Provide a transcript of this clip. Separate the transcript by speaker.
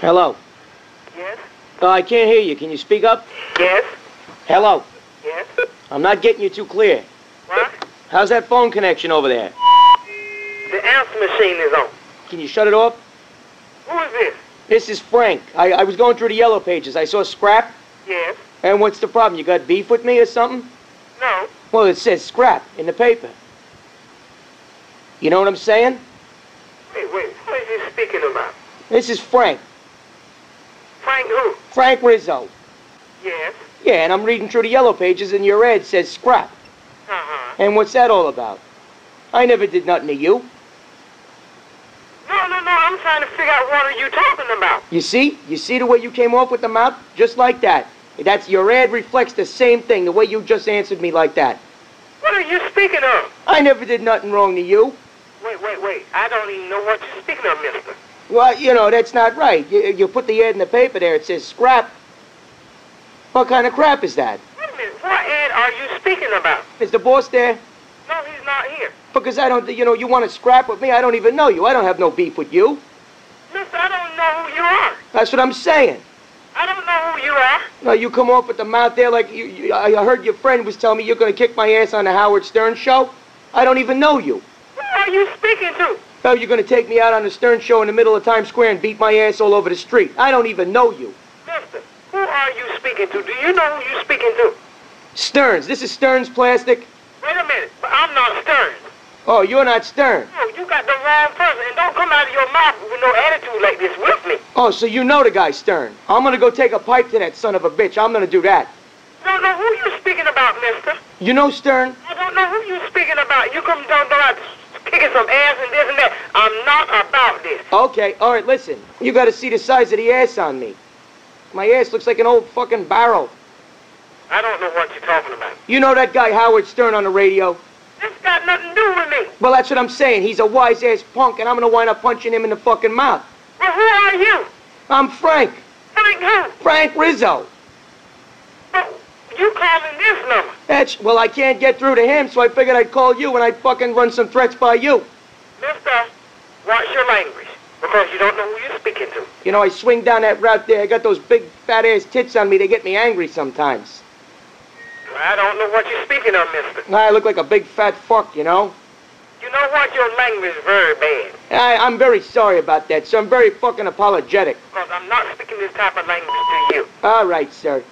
Speaker 1: Hello.
Speaker 2: Yes.
Speaker 1: Uh, I can't hear you. Can you speak up?
Speaker 2: Yes.
Speaker 1: Hello.
Speaker 2: Yes.
Speaker 1: I'm not getting you too clear.
Speaker 2: What?
Speaker 1: How's that phone connection over there?
Speaker 2: The answer machine is on.
Speaker 1: Can you shut it off?
Speaker 2: Who is this?
Speaker 1: This is Frank. I, I was going through the yellow pages. I saw scrap.
Speaker 2: Yes.
Speaker 1: And what's the problem? You got beef with me or something?
Speaker 2: No.
Speaker 1: Well, it says scrap in the paper. You know what I'm saying?
Speaker 2: Wait, wait. Who is you speaking about?
Speaker 1: This is Frank.
Speaker 2: Frank who?
Speaker 1: Frank Rizzo.
Speaker 2: Yes.
Speaker 1: Yeah, and I'm reading through the yellow pages and your ad says scrap.
Speaker 2: Uh-huh.
Speaker 1: And what's that all about? I never did nothing to you.
Speaker 2: No, no, no. I'm trying to figure out what are you talking about.
Speaker 1: You see? You see the way you came off with the mouth? Just like that. That's your ad reflects the same thing, the way you just answered me like that.
Speaker 2: What are you speaking of?
Speaker 1: I never did nothing wrong to you.
Speaker 2: Wait, wait, wait. I don't even know what you're speaking of, mister.
Speaker 1: Well, you know, that's not right. You, you put the ad in the paper there, it says scrap. What kind of crap is that?
Speaker 2: Wait a minute. What ad are you speaking about?
Speaker 1: Is the boss there?
Speaker 2: No, he's not here.
Speaker 1: Because I don't, you know, you want to scrap with me? I don't even know you. I don't have no beef with you.
Speaker 2: Mister, I don't know who you are.
Speaker 1: That's what I'm saying.
Speaker 2: I don't know who you are.
Speaker 1: No, you come off with the mouth there like you, you, I heard your friend was telling me you're going to kick my ass on the Howard Stern show. I don't even know you.
Speaker 2: Who are you speaking to?
Speaker 1: Now you're going to take me out on the Stern show in the middle of Times Square and beat my ass all over the street. I don't even know you.
Speaker 2: Mister, who are you speaking to? Do you know who you're speaking to?
Speaker 1: Stearns, this is Stearns Plastic.
Speaker 2: Wait a minute, but I'm not Stern.
Speaker 1: Oh, you're not Stern.
Speaker 2: No, you got the wrong person, and don't come out of your mouth with no attitude like this with me.
Speaker 1: Oh, so you know the guy Stern. I'm going to go take a pipe to that son of a bitch. I'm going to do that.
Speaker 2: Don't know who you're speaking about, mister.
Speaker 1: You know Stern?
Speaker 2: I don't know who you're speaking about. You come down there out kicking some ass and this and that. I'm not about this.
Speaker 1: Okay, all right, listen. You got to see the size of the ass on me. My ass looks like an old fucking barrel.
Speaker 2: I don't know what you're talking about.
Speaker 1: You know that guy Howard Stern on the radio?
Speaker 2: This got nothing to do with me.
Speaker 1: Well, that's what I'm saying. He's a wise ass punk, and I'm going to wind up punching him in the fucking mouth.
Speaker 2: Well, who are you?
Speaker 1: I'm Frank.
Speaker 2: Frank who?
Speaker 1: Frank Rizzo.
Speaker 2: But you calling this number?
Speaker 1: That's well, I can't get through to him, so I figured I'd call you and I'd fucking run some threats by you.
Speaker 2: Mister, watch your language, because you don't know who you're speaking to.
Speaker 1: You know, I swing down that route there. I got those big fat ass tits on me. They get me angry sometimes.
Speaker 2: I don't know what you're speaking of, mister.
Speaker 1: I look like a big fat fuck, you know.
Speaker 2: You know what? Your language is very bad.
Speaker 1: I, I'm very sorry about that, so I'm very fucking apologetic.
Speaker 2: Because I'm not speaking this type of language to you.
Speaker 1: All right, sir.